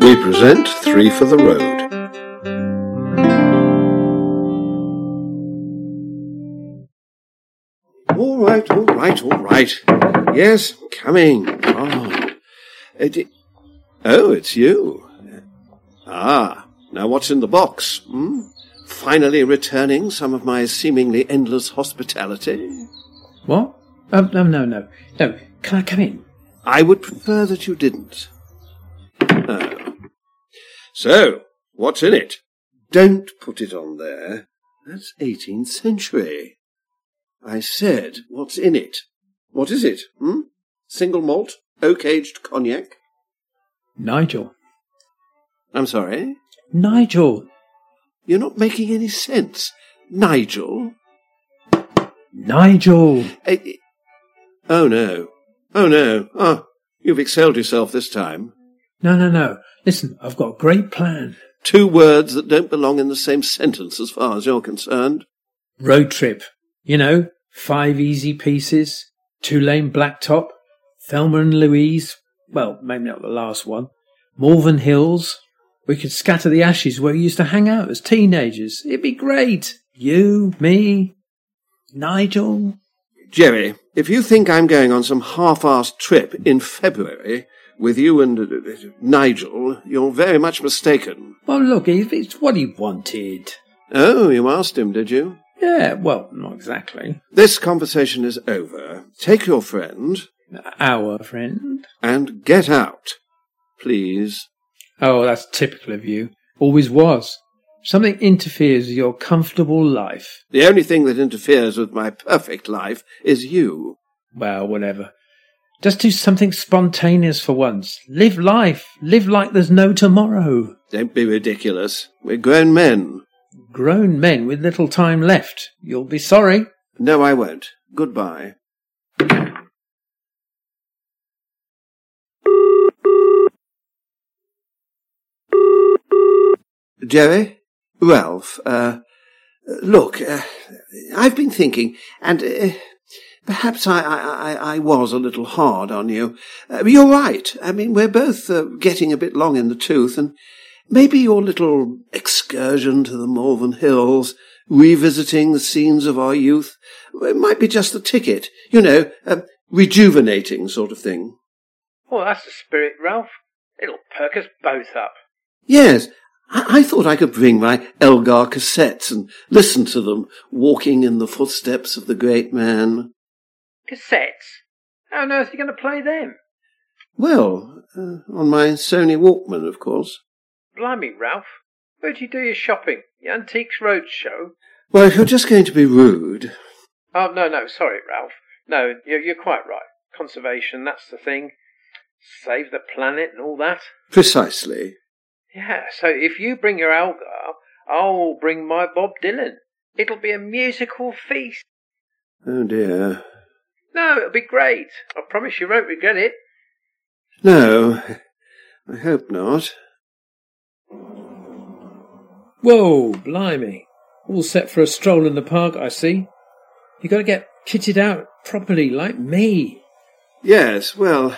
We present Three for the Road. All right, all right, all right. Yes, coming. on. Uh, d- oh, it's you. Ah, now what's in the box? Hmm? Finally returning some of my seemingly endless hospitality? What? Oh, no, no, no. No, can I come in? I would prefer that you didn't. Oh. So, what's in it? Don't put it on there. That's 18th century. I said, what's in it? What is it? Hmm? Single malt? Oak aged cognac? Nigel. I'm sorry? Nigel! You're not making any sense. Nigel? Nigel! Eh, eh, Oh no. Oh no. Ah, you've excelled yourself this time. No, no, no. Listen, I've got a great plan. Two words that don't belong in the same sentence as far as you're concerned. Road trip. You know, five easy pieces, two lane blacktop, Thelma and Louise. Well, maybe not the last one. Malvern Hills. We could scatter the ashes where we used to hang out as teenagers. It'd be great. You, me, Nigel. Jerry, if you think I'm going on some half-assed trip in February with you and uh, uh, Nigel, you're very much mistaken. Well, look, it- it's what he wanted. Oh, you asked him, did you? Yeah, well, not exactly. This conversation is over. Take your friend Our friend. and get out. Please. Oh, that's typical of you. Always was. Something interferes with your comfortable life. The only thing that interferes with my perfect life is you. Well, whatever. Just do something spontaneous for once. Live life. Live like there's no tomorrow. Don't be ridiculous. We're grown men. Grown men with little time left. You'll be sorry. No, I won't. Goodbye. Jerry? Ralph, uh, look, uh, I've been thinking, and uh, perhaps I, I, I, I was a little hard on you. Uh, you're right. I mean, we're both uh, getting a bit long in the tooth, and Maybe your little excursion to the Malvern Hills, revisiting the scenes of our youth, it might be just the ticket. You know, a rejuvenating sort of thing. Well, that's the spirit, Ralph. It'll perk us both up. Yes, I, I thought I could bring my Elgar cassettes and listen to them, walking in the footsteps of the great man. Cassettes? How on earth are you going to play them? Well, uh, on my Sony Walkman, of course. Blimey, Ralph. Where'd you do your shopping? The Antiques Roadshow? Well, if you're just going to be rude, Oh, no, no, sorry, Ralph. No, you're, you're quite right. Conservation, that's the thing. Save the planet and all that. precisely. Yeah, so if you bring your Algar, I'll bring my Bob Dylan. It'll be a musical feast. Oh dear. No, it'll be great. I promise you won't regret it. No, I hope not. Whoa, blimey. All set for a stroll in the park, I see. you got to get kitted out properly, like me. Yes, well,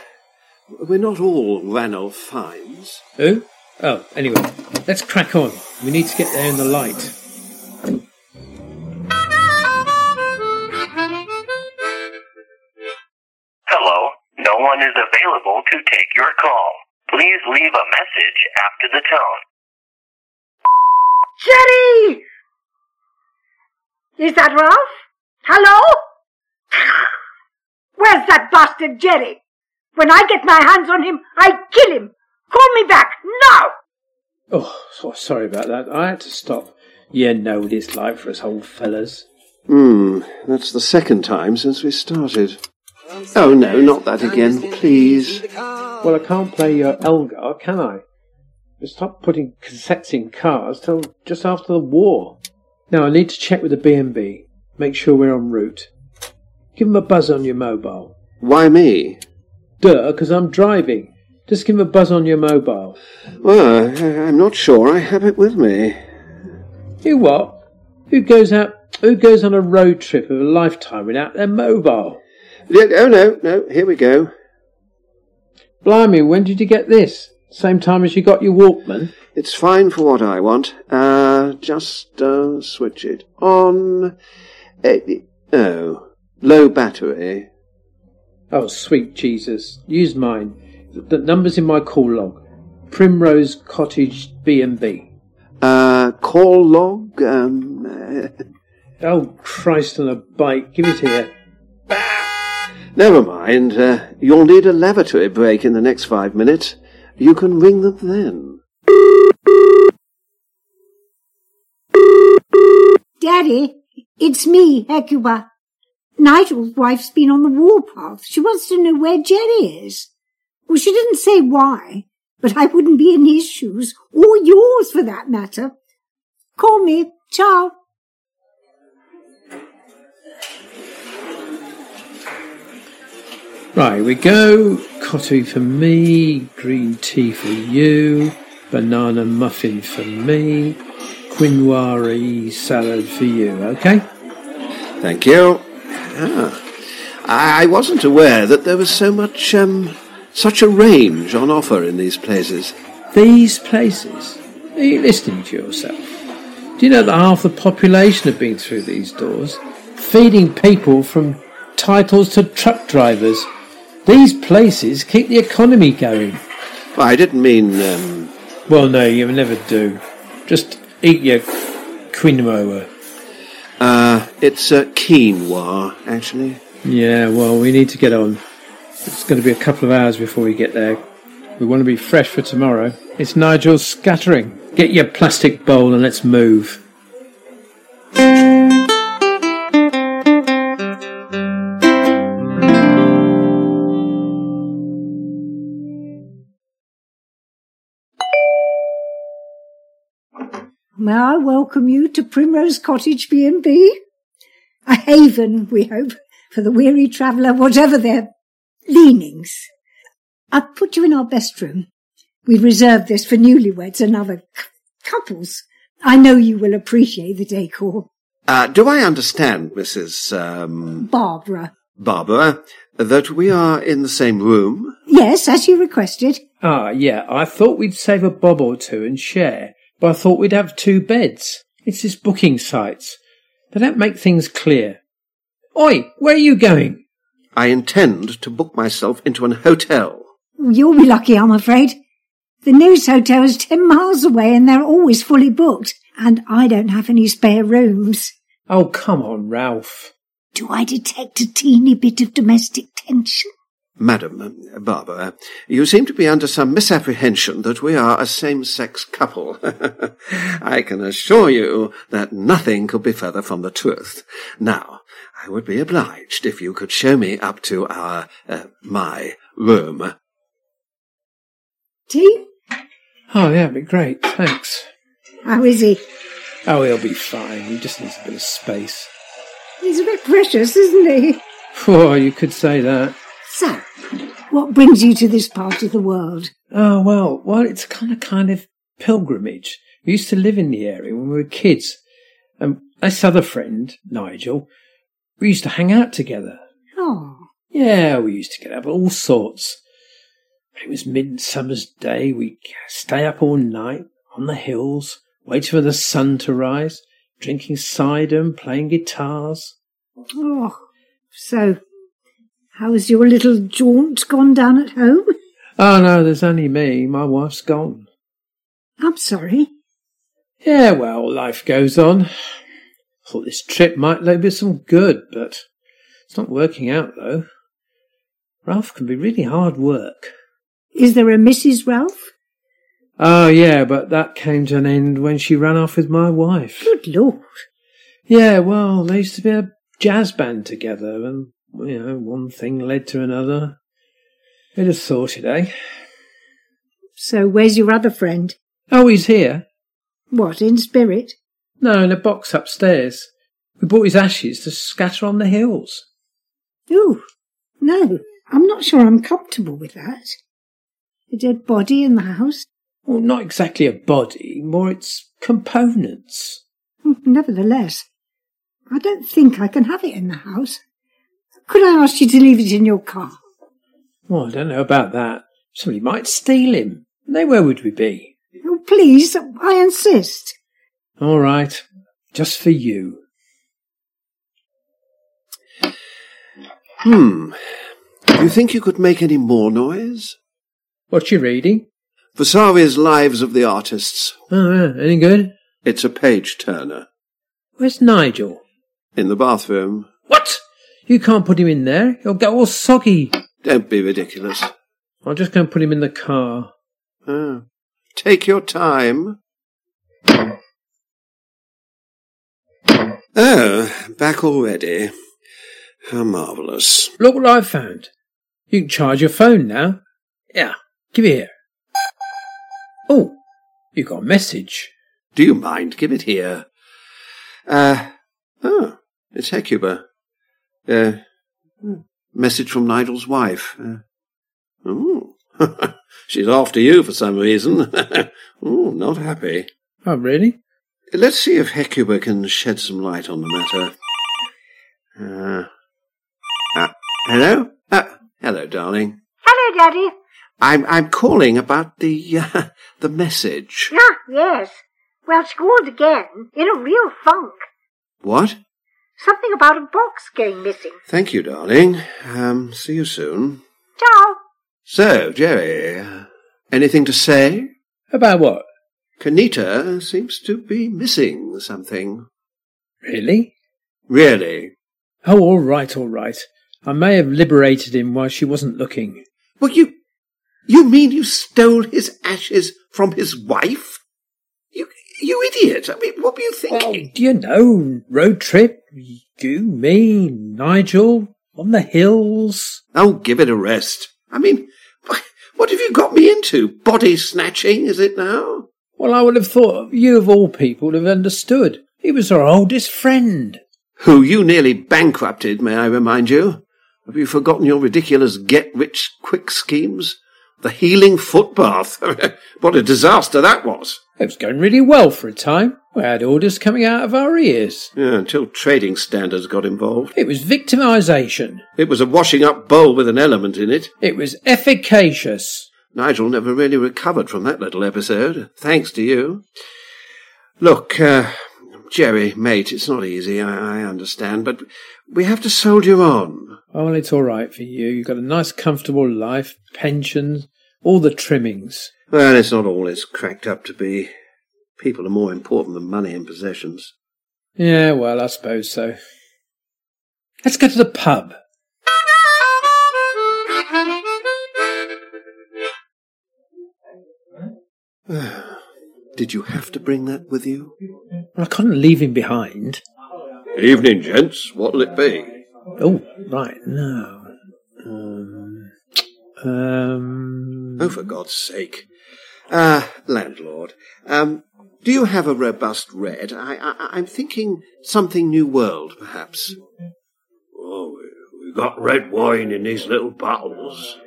we're not all Ranulph Fiennes. Who? Oh, anyway, let's crack on. We need to get there in the light. Hello, no one is available to take your call. Please leave a message after the tone. Jerry! Is that Ralph? Hello? Where's that bastard Jerry? When I get my hands on him, I kill him. Call me back now! Oh, so- sorry about that. I had to stop. You know what it's like for us old fellas. Hmm, that's the second time since we started. Oh no, not that again, please. Well, I can't play your Elgar, can I? But Stop putting cassettes in cars till just after the war. Now I need to check with the B&B. Make sure we're en route. Give 'em a buzz on your mobile. Why me? Duh, 'cause I'm driving. Just give 'em a buzz on your mobile. Well, I- I'm not sure I have it with me. You what? Who goes out? Who goes on a road trip of a lifetime without their mobile? Yeah, Oh no, no, here we go. Blimey, when did you get this? Same time as you got your Walkman. It's fine for what I want. Uh, just uh, switch it on. Eh, Oh, low battery. Oh, sweet Jesus. Use mine. The number's in my call log. Primrose Cottage B&B. Uh, call log. Um, eh, Oh, Christ on a bike. Give it here. never mind. Uh, you'll need a lavatory break in the next five minutes. You can ring them then. Daddy, it's me, Hecuba. Nigel's wife's been on the warpath. She wants to know where Jerry is. Well, she didn't say why, but I wouldn't be in his shoes, or yours for that matter. Call me. Ciao. Right, we go. Coffee for me, green tea for you, banana muffin for me, quinoa salad for you, okay? Thank you. Ah, I I wasn't aware that there was so much, um, such a range on offer in these places. These places. Are you listening to yourself? Do you know that half the population have been through these doors, feeding people from titles to truck drivers? These places keep the economy going. I didn't mean, um, Well, no, you never do. Just eat your quinoa. uh, it's uh, quinoa, actually. Yeah, well, we need to get on. It's going to be a couple of hours before we get there. We want to be fresh for tomorrow. It's Nigel's scattering. Get your plastic bowl and let's move. May I welcome you to Primrose Cottage B&B? A haven, we hope, for the weary traveller, whatever their leanings. I've put you in our best room. We've reserved this for newlyweds and other c- couples. I know you will appreciate the decor. Uh, do I understand, Mrs. Um, Barbara. Barbara, that we are in the same room? Yes, as you requested. Ah, yeah, I thought we'd save a bob or two and share, but I thought we'd have two beds. It's this booking sites. They don't make things clear. Oi, where are you going? I intend to book myself into an hotel. You'll be lucky, I'm afraid. The news hotel is ten miles away and they're always fully booked. And I don't have any spare rooms. Oh, come on, Ralph. Do I detect a teeny bit of domestic tension? Madam um, Barbara, you seem to be under some misapprehension that we are a same-sex couple. I can assure you that nothing could be further from the truth. Now, I would be obliged if you could show me up to our, uh, my room. Tea? Oh, yeah, it'd be great. Thanks. How is he? Oh, he'll be fine. He just needs a bit of space. He's a bit precious, isn't he? Oh, you could say that. So, what brings you to this part of the world? Oh well, well, it's kind of kind of pilgrimage. We used to live in the area when we were kids, and this other friend, Nigel, we used to hang out together. Oh, Yeah, we used to get up all sorts. When it was midsummer's day, we'd stay up all night on the hills, waiting for the sun to rise, drinking cider and playing guitars. oh. So, how's your little jaunt gone down at home? Oh no, there's only me. My wife's gone. I'm sorry. Yeah, well, life goes on. Thought this trip might do me some good, but it's not working out though. Ralph can be really hard work. Is there a Mrs. Ralph? Oh yeah, but that came to an end when she ran off with my wife. Good lord. Yeah, well, they used to be a jazz band together, and you know, one thing led to another. Who'd have thought it, eh? So, where's your other friend? Oh, he's here. What, in spirit? No, in a box upstairs. We brought his ashes to scatter on the hills. Ooh, no, I'm not sure I'm comfortable with that. A dead body in the house? Well, not exactly a body, more its components. Nevertheless, I don't think I can have it in the house. Could I ask you to leave it in your car? Well, I don't know about that. Somebody might steal him. Now, where would we be? Oh, please, I insist. All right, just for you. Hmm. Do you think you could make any more noise? What you reading? Vasavi's Lives of the Artists. Oh, yeah, any good? It's a page turner. Where's Nigel? In the bathroom. What? You can't put him in there. He'll get all soggy. Don't be ridiculous. i will just go and put him in the car. Oh. Take your time. Oh, back already. How marvellous. Look what I've found. You can charge your phone now. Yeah, give it here. Oh, you got a message. Do you mind? Give it here. Uh, oh, it's Hecuba. Uh, message from Nigel's wife. Uh, ooh. She's after you for some reason. ooh, not happy. Oh, really? Let's see if Hecuba can shed some light on the matter. Uh, ah, hello? Ah, hello, darling. Hello, Daddy. I'm I'm calling about the uh, the message. Ah, yes. Well, schooled again, in a real funk. What? Something about a box going missing. Thank you, darling. Um, see you soon. Ciao. So, Jerry, uh, anything to say? About what? Kanita seems to be missing something. Really? Really? Oh, all right, all right. I may have liberated him while she wasn't looking. Well, you you mean you stole his ashes from his wife? You you idiot! I mean, what were you Well, thinking? Oh, do you know, road trip, you, me, Nigel, on the hills. Oh, give it a rest. I mean, what have you got me into? Body snatching, is it now? Well, I would have thought you of all people would have understood. He was our oldest friend. Who you nearly bankrupted, may I remind you? Have you forgotten your ridiculous get-rich-quick schemes? The healing footbath. what a disaster that was. It was going really well for a time. We had orders coming out of our ears. Yeah, until trading standards got involved. It was victimisation. It was a washing up bowl with an element in it. It was efficacious. Nigel never really recovered from that little episode, thanks to you. Look, uh, Jerry, mate, it's not easy, I, I understand, but we have to soldier on. Oh, well, it's all right for you. You've got a nice, comfortable life, pensions, all the trimmings. Well, it's not all it's cracked up to be. People are more important than money and possessions. Yeah, well, I suppose so. Let's go to the pub. Did you have to bring that with you? I couldn't leave him behind. Evening, gents. What'll it be? Oh, right, no. Um, um, Oh, for God's sake. Ah, landlord. Um, do you have a robust red? I, I, I'm thinking something New World, perhaps. Oh, we've got red wine in these little bottles.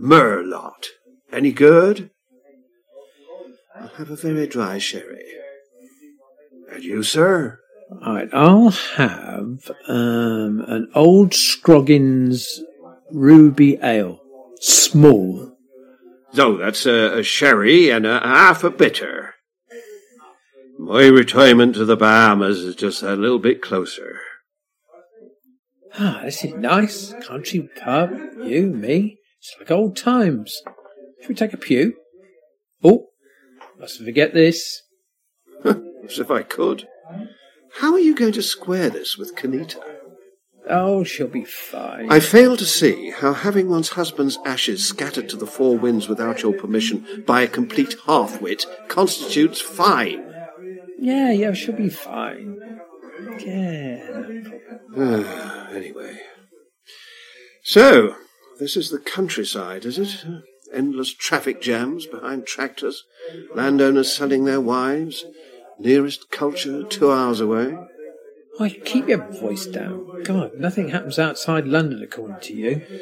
Merlot. Any good? I'll have a very dry sherry. And you, sir? right, I'll have um, an old Scroggins Ruby Ale. Small. No, that's a, a sherry and a half a bitter. My retirement to the Bahamas is just a little bit closer. Ah, this is nice. Country pub, you, me. It's like old times. Should we take a pew? Oh, must forget this. As if I could. How are you going to square this with Kanita? Oh, she'll be fine. I fail to see how having one's husband's ashes scattered to the four winds without your permission by a complete half-wit constitutes fine. Yeah, yeah, she'll be fine. Yeah. Ah, anyway. So, this is the countryside, is it? Endless traffic jams behind tractors, landowners selling their wives, nearest culture two hours away. I keep your voice down. God, nothing happens outside London, according to you.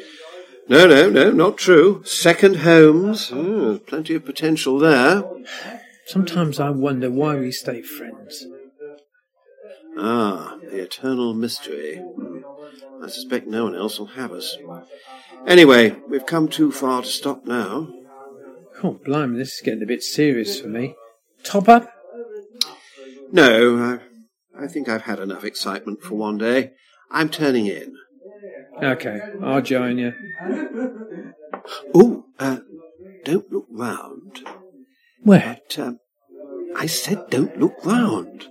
No, no, no, not true. Second homes. Oh, plenty of potential there. Sometimes I wonder why we stay friends. Ah, the eternal mystery. Hmm. I suspect no one else will have us. Anyway, we've come too far to stop now. Oh, blimey, this is getting a bit serious for me. Top up? No, I, I think I've had enough excitement for one day. I'm turning in. Okay, I'll join you. Oh, uh, don't look round. Where? But, um, I said don't look round.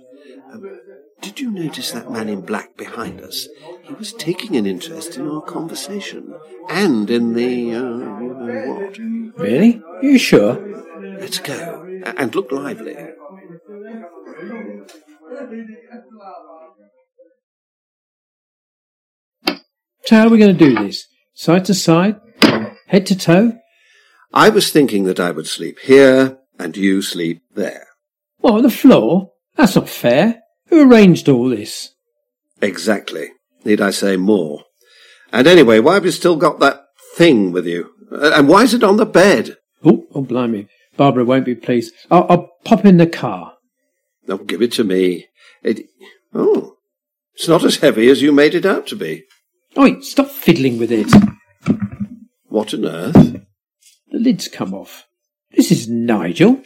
Um, did you notice that man in black behind us? He was taking an interest in our conversation and in the, uh, uh, what? Really? You sure? Let's go a- and look lively. So how are we going to do this? Side to side? Head to toe? I was thinking that I would sleep here and you sleep there. What, on the floor? That's not fair. Who arranged all this? Exactly. Need I say more? And anyway, why have you still got that thing with you? Uh, And why is it on the bed? Oh, oh blimey. Barbara won't be pleased. I'll, I'll pop in the car. Oh, give it to me. It, oh, it's not as heavy as you made it out to be. Oi, stop fiddling with it. What on earth? The lid's come off. This is Nigel.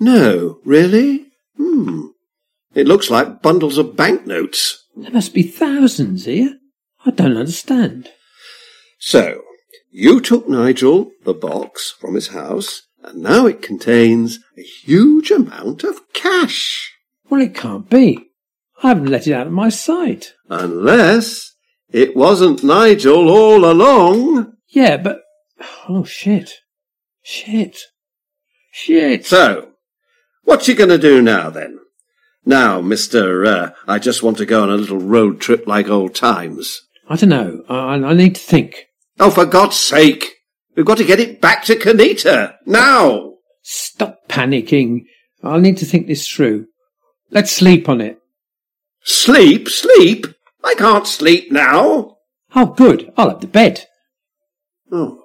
No, really? Hmm. It looks like bundles of banknotes. There must be thousands here. I don't understand. So, you took Nigel the box from his house, and now it contains a huge amount of cash. Well, it can't be. I haven't let it out of my sight. Unless it wasn't Nigel all along. Yeah, but. Oh, shit. Shit. Shit. So, what's you going to do now then? Now, Mr. Uh, I just want to go on a little road trip like old times. I don't know. I, I- I need to think. Oh, for God's sake! We've got to get it back to Kanita! Now! Stop panicking. I'll need to think this through. Let's sleep on it. Sleep? Sleep? I can't sleep now! Oh, good. I'll have the bed. Oh.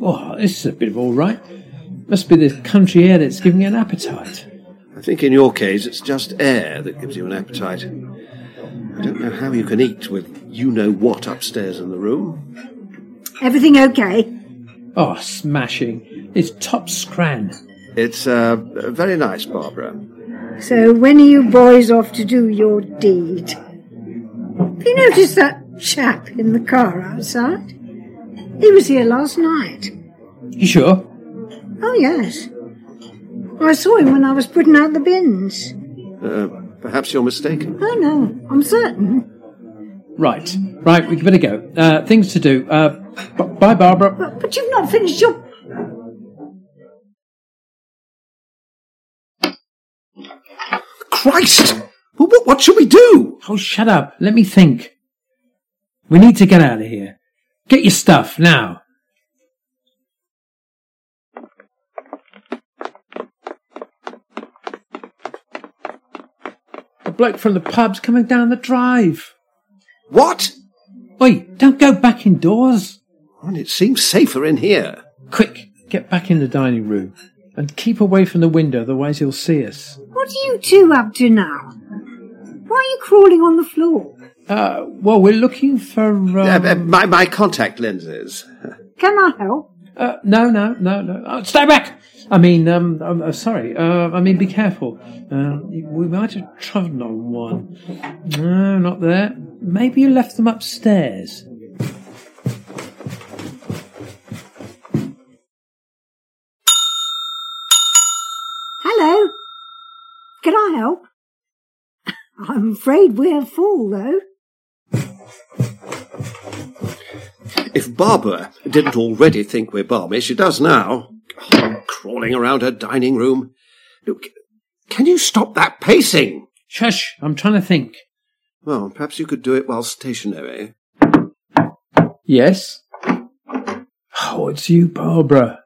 Oh, this is a bit of all right. Must be the country air that's giving you an appetite. I think in your case it's just air that gives you an appetite. I don't know how you can eat with you know what upstairs in the room. Everything okay? Oh, smashing. It's top scran. It's uh, very nice, Barbara. So when are you boys off to do your deed? Have you noticed that chap in the car outside? He was here last night. You sure? Oh, yes. I saw him when I was putting out the bins. Uh, perhaps you're mistaken. Oh, no, I'm certain. Right. Right, we better go. Uh, things to do. Uh, b- bye, Barbara. But, but you've not finished your... Christ! Well, what, what shall we do? Oh, shut up. Let me think. We need to get out of here. Get your stuff now. The bloke from the pub's coming down the drive. What? Oi, don't go back indoors. Well, it seems safer in here. Quick, get back in the dining room and keep away from the window, otherwise he'll see us. What are you two up to now? Why are you crawling on the floor? Uh, well, we're looking for. Um... Uh, uh, my, my contact lenses. Can I help? Uh, no, no, no, no. Oh, stay back! I mean, um, I'm, uh, sorry. Uh, I mean, be careful. Uh, we might have trodden on one. No, not there. Maybe you left them upstairs. Hello? Can I help? I'm afraid we're full, though. If Barbara didn't already think we're balmy, she does now. Oh, crawling around her dining room. Look, can you stop that pacing? Shush! I'm trying to think. Well, perhaps you could do it while stationary. Yes. Oh, it's you, Barbara.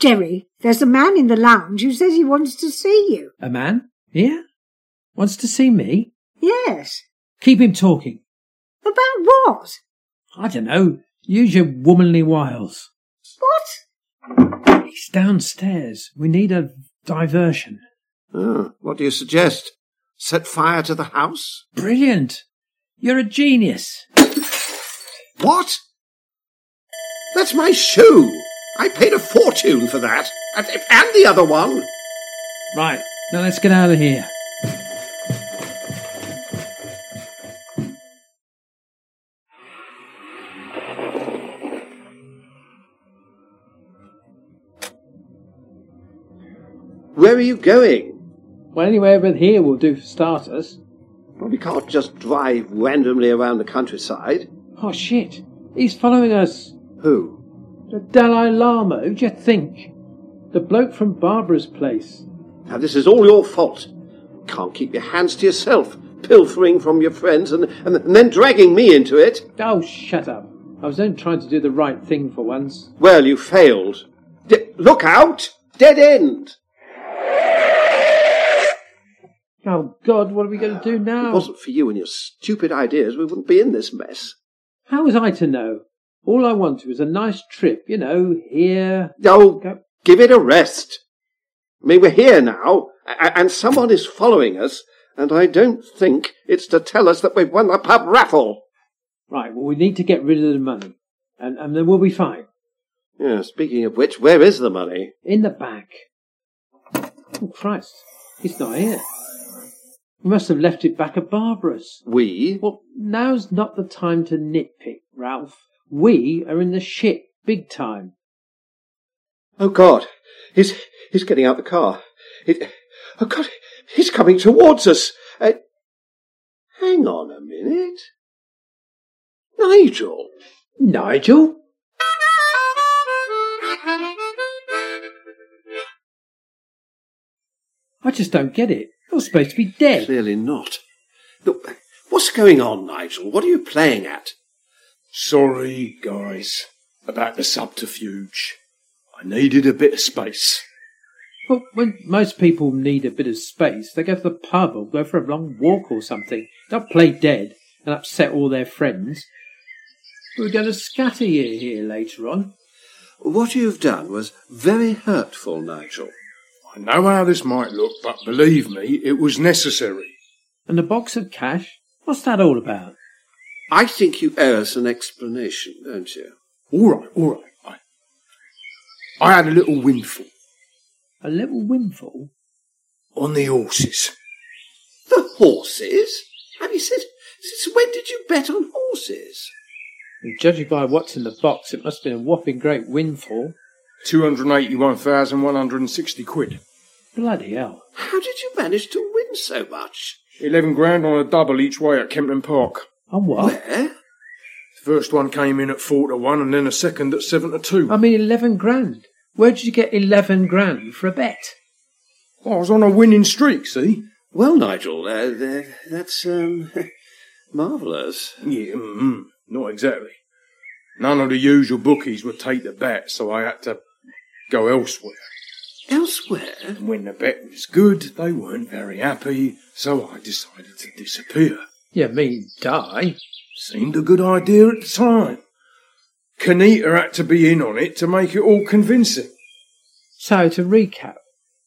Jerry, there's a man in the lounge who says he wants to see you. A man? Yeah. Wants to see me? Yes. Keep him talking. About what? I don't know. Use your womanly wiles. What? He's downstairs. We need a diversion. Oh, what do you suggest? set fire to the house? Brilliant. You're a genius. What? That's my shoe. I paid a fortune for that. And, and the other one. Right, now let's get out of here. Where are you going? Well, anywhere but here will do for starters. Well, we can't just drive randomly around the countryside. Oh, shit. He's following us. Who? The Dalai Lama, who'd you think? The bloke from Barbara's place. Now, this is all your fault. Can't keep your hands to yourself, pilfering from your friends and, and, and then dragging me into it. Oh, shut up. I was only trying to do the right thing for once. Well, you failed. D- look out! Dead end! Oh, God, what are we going to do If it now? wasn't for you and your stupid ideas, we wouldn't be in this mess. How was I to know? All I wanted was a nice trip, you know, here. Oh, Go- give it a rest. I mean, we're here now, a- a- and someone is following us, and I don't think it's to tell us that we've won the pub raffle. Right, well, we need to get rid of the money. And, and then we'll be fine. Yeah, speaking of which, where is the money? In the back. Oh, Christ. He's not here. We must have left it back at Barbara's. We? Well, now's not the time to nitpick, Ralph. We are in the shit big time. Oh, God. He's, he's getting out the car. It, oh, God. He's coming towards us. Uh, hang on a minute. Nigel. Nigel? I just don't get it. You're supposed to be dead. Clearly not. Look, what's going on, Nigel? What are you playing at? Sorry, guys, about the subterfuge. I needed a bit of space. Well, when most people need a bit of space, they go to the pub or go for a long walk or something. They'll play dead and upset all their friends. We're going to scatter you here later on. What you've done was very hurtful, Nigel. I know how this might look, but believe me, it was necessary. And the box of cash? What's that all about? I think you owe us an explanation, don't you? All right, all right. I, I had a little windfall A little windfall? on the horses. The horses? Have you said, since when did you bet on horses? And judging by what's in the box, it must have been a whopping great windfall. 281,160 quid. Bloody hell. How did you manage to win so much? 11 grand on a double each way at Kempton Park. And what? Where? The first one came in at 4 to 1 and then a second at 7 to 2. I mean, 11 grand. Where did you get 11 grand for a bet? Oh, I was on a winning streak, see? Well, Nigel, uh, th- that's um, marvellous. Yeah, mm, not exactly. None of the usual bookies would take the bet, so I had to go elsewhere. Elsewhere? And when the bet was good, they weren't very happy, so I decided to disappear. You mean die? Seemed a good idea at the time. Kanita had to be in on it to make it all convincing. So, to recap,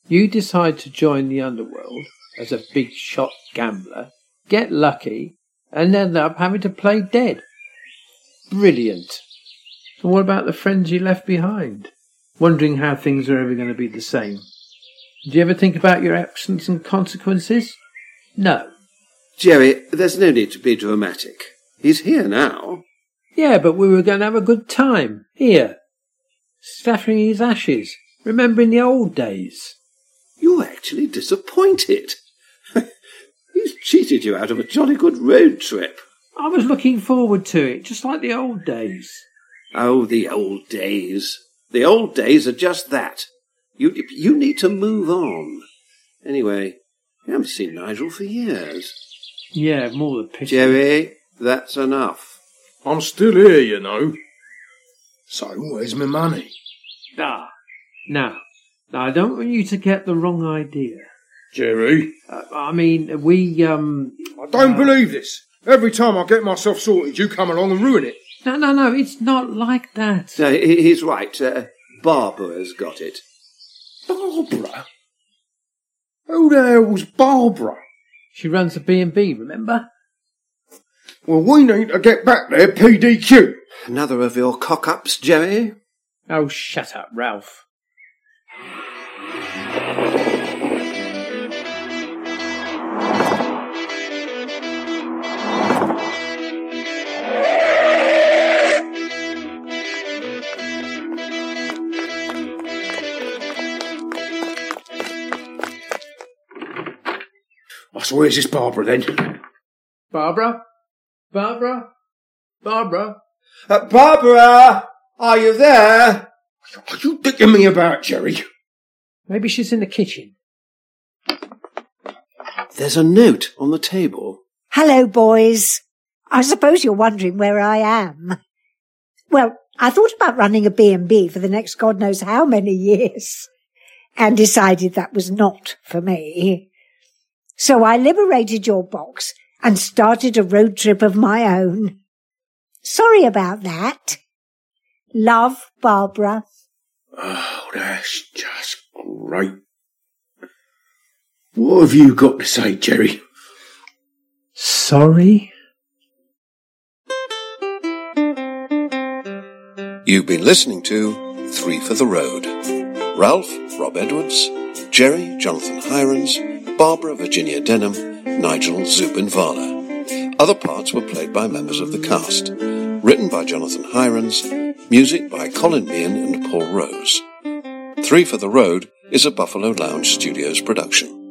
you decide to join the underworld as a big shot gambler, get lucky, and end up having to play dead. Brilliant. And what about the friends you left behind? Wondering how things are ever going to be the same. Do you ever think about your actions and consequences? No. Jerry, there's no need to be dramatic. He's here now. Yeah, but we were going to have a good time. Here. Scattering his ashes. Remembering the old days. You're actually disappointed. He's cheated you out of a jolly good road trip. I was looking forward to it, just like the old days. Oh, the old days. The old days are just that. You, you need to move on. Anyway, you haven't seen Nigel for years. Yeah, more the pity. Jerry, that's enough. I'm still here, you know. So, where's my money? Ah. Now, now, I don't want you to get the wrong idea. Jerry? Uh, I mean, we, um. I don't believe this. Every time I get myself sorted, you come along and ruin it. No, no, no, it's not like that. No, he- he's right. Uh, Barbara's got it. Barbara? Who the hell was Barbara? She runs the B&B, remember? Well, we need to get back there, PDQ. Another of your cock-ups, Jerry? Oh, shut up, Ralph. I swear it's this Barbara then. Barbara? Barbara? Barbara? Uh, Barbara! Are you there? Are you dicking me about, Jerry? Maybe she's in the kitchen. There's a note on the table. Hello, boys. I suppose you're wondering where I am. Well, I thought about running a B&B for the next God knows how many years and decided that was not for me. So I liberated your box and started a road trip of my own. Sorry about that. Love, Barbara. Oh, that's just great. What have you got to say, Jerry? Sorry? You've been listening to Three for the Road. Ralph, Rob Edwards, Jerry, Jonathan Hirons, Barbara, Virginia Denham, Nigel, Zubin Vala. Other parts were played by members of the cast. Written by Jonathan Hirons, music by Colin Meehan and Paul Rose. Three for the Road is a Buffalo Lounge Studios production.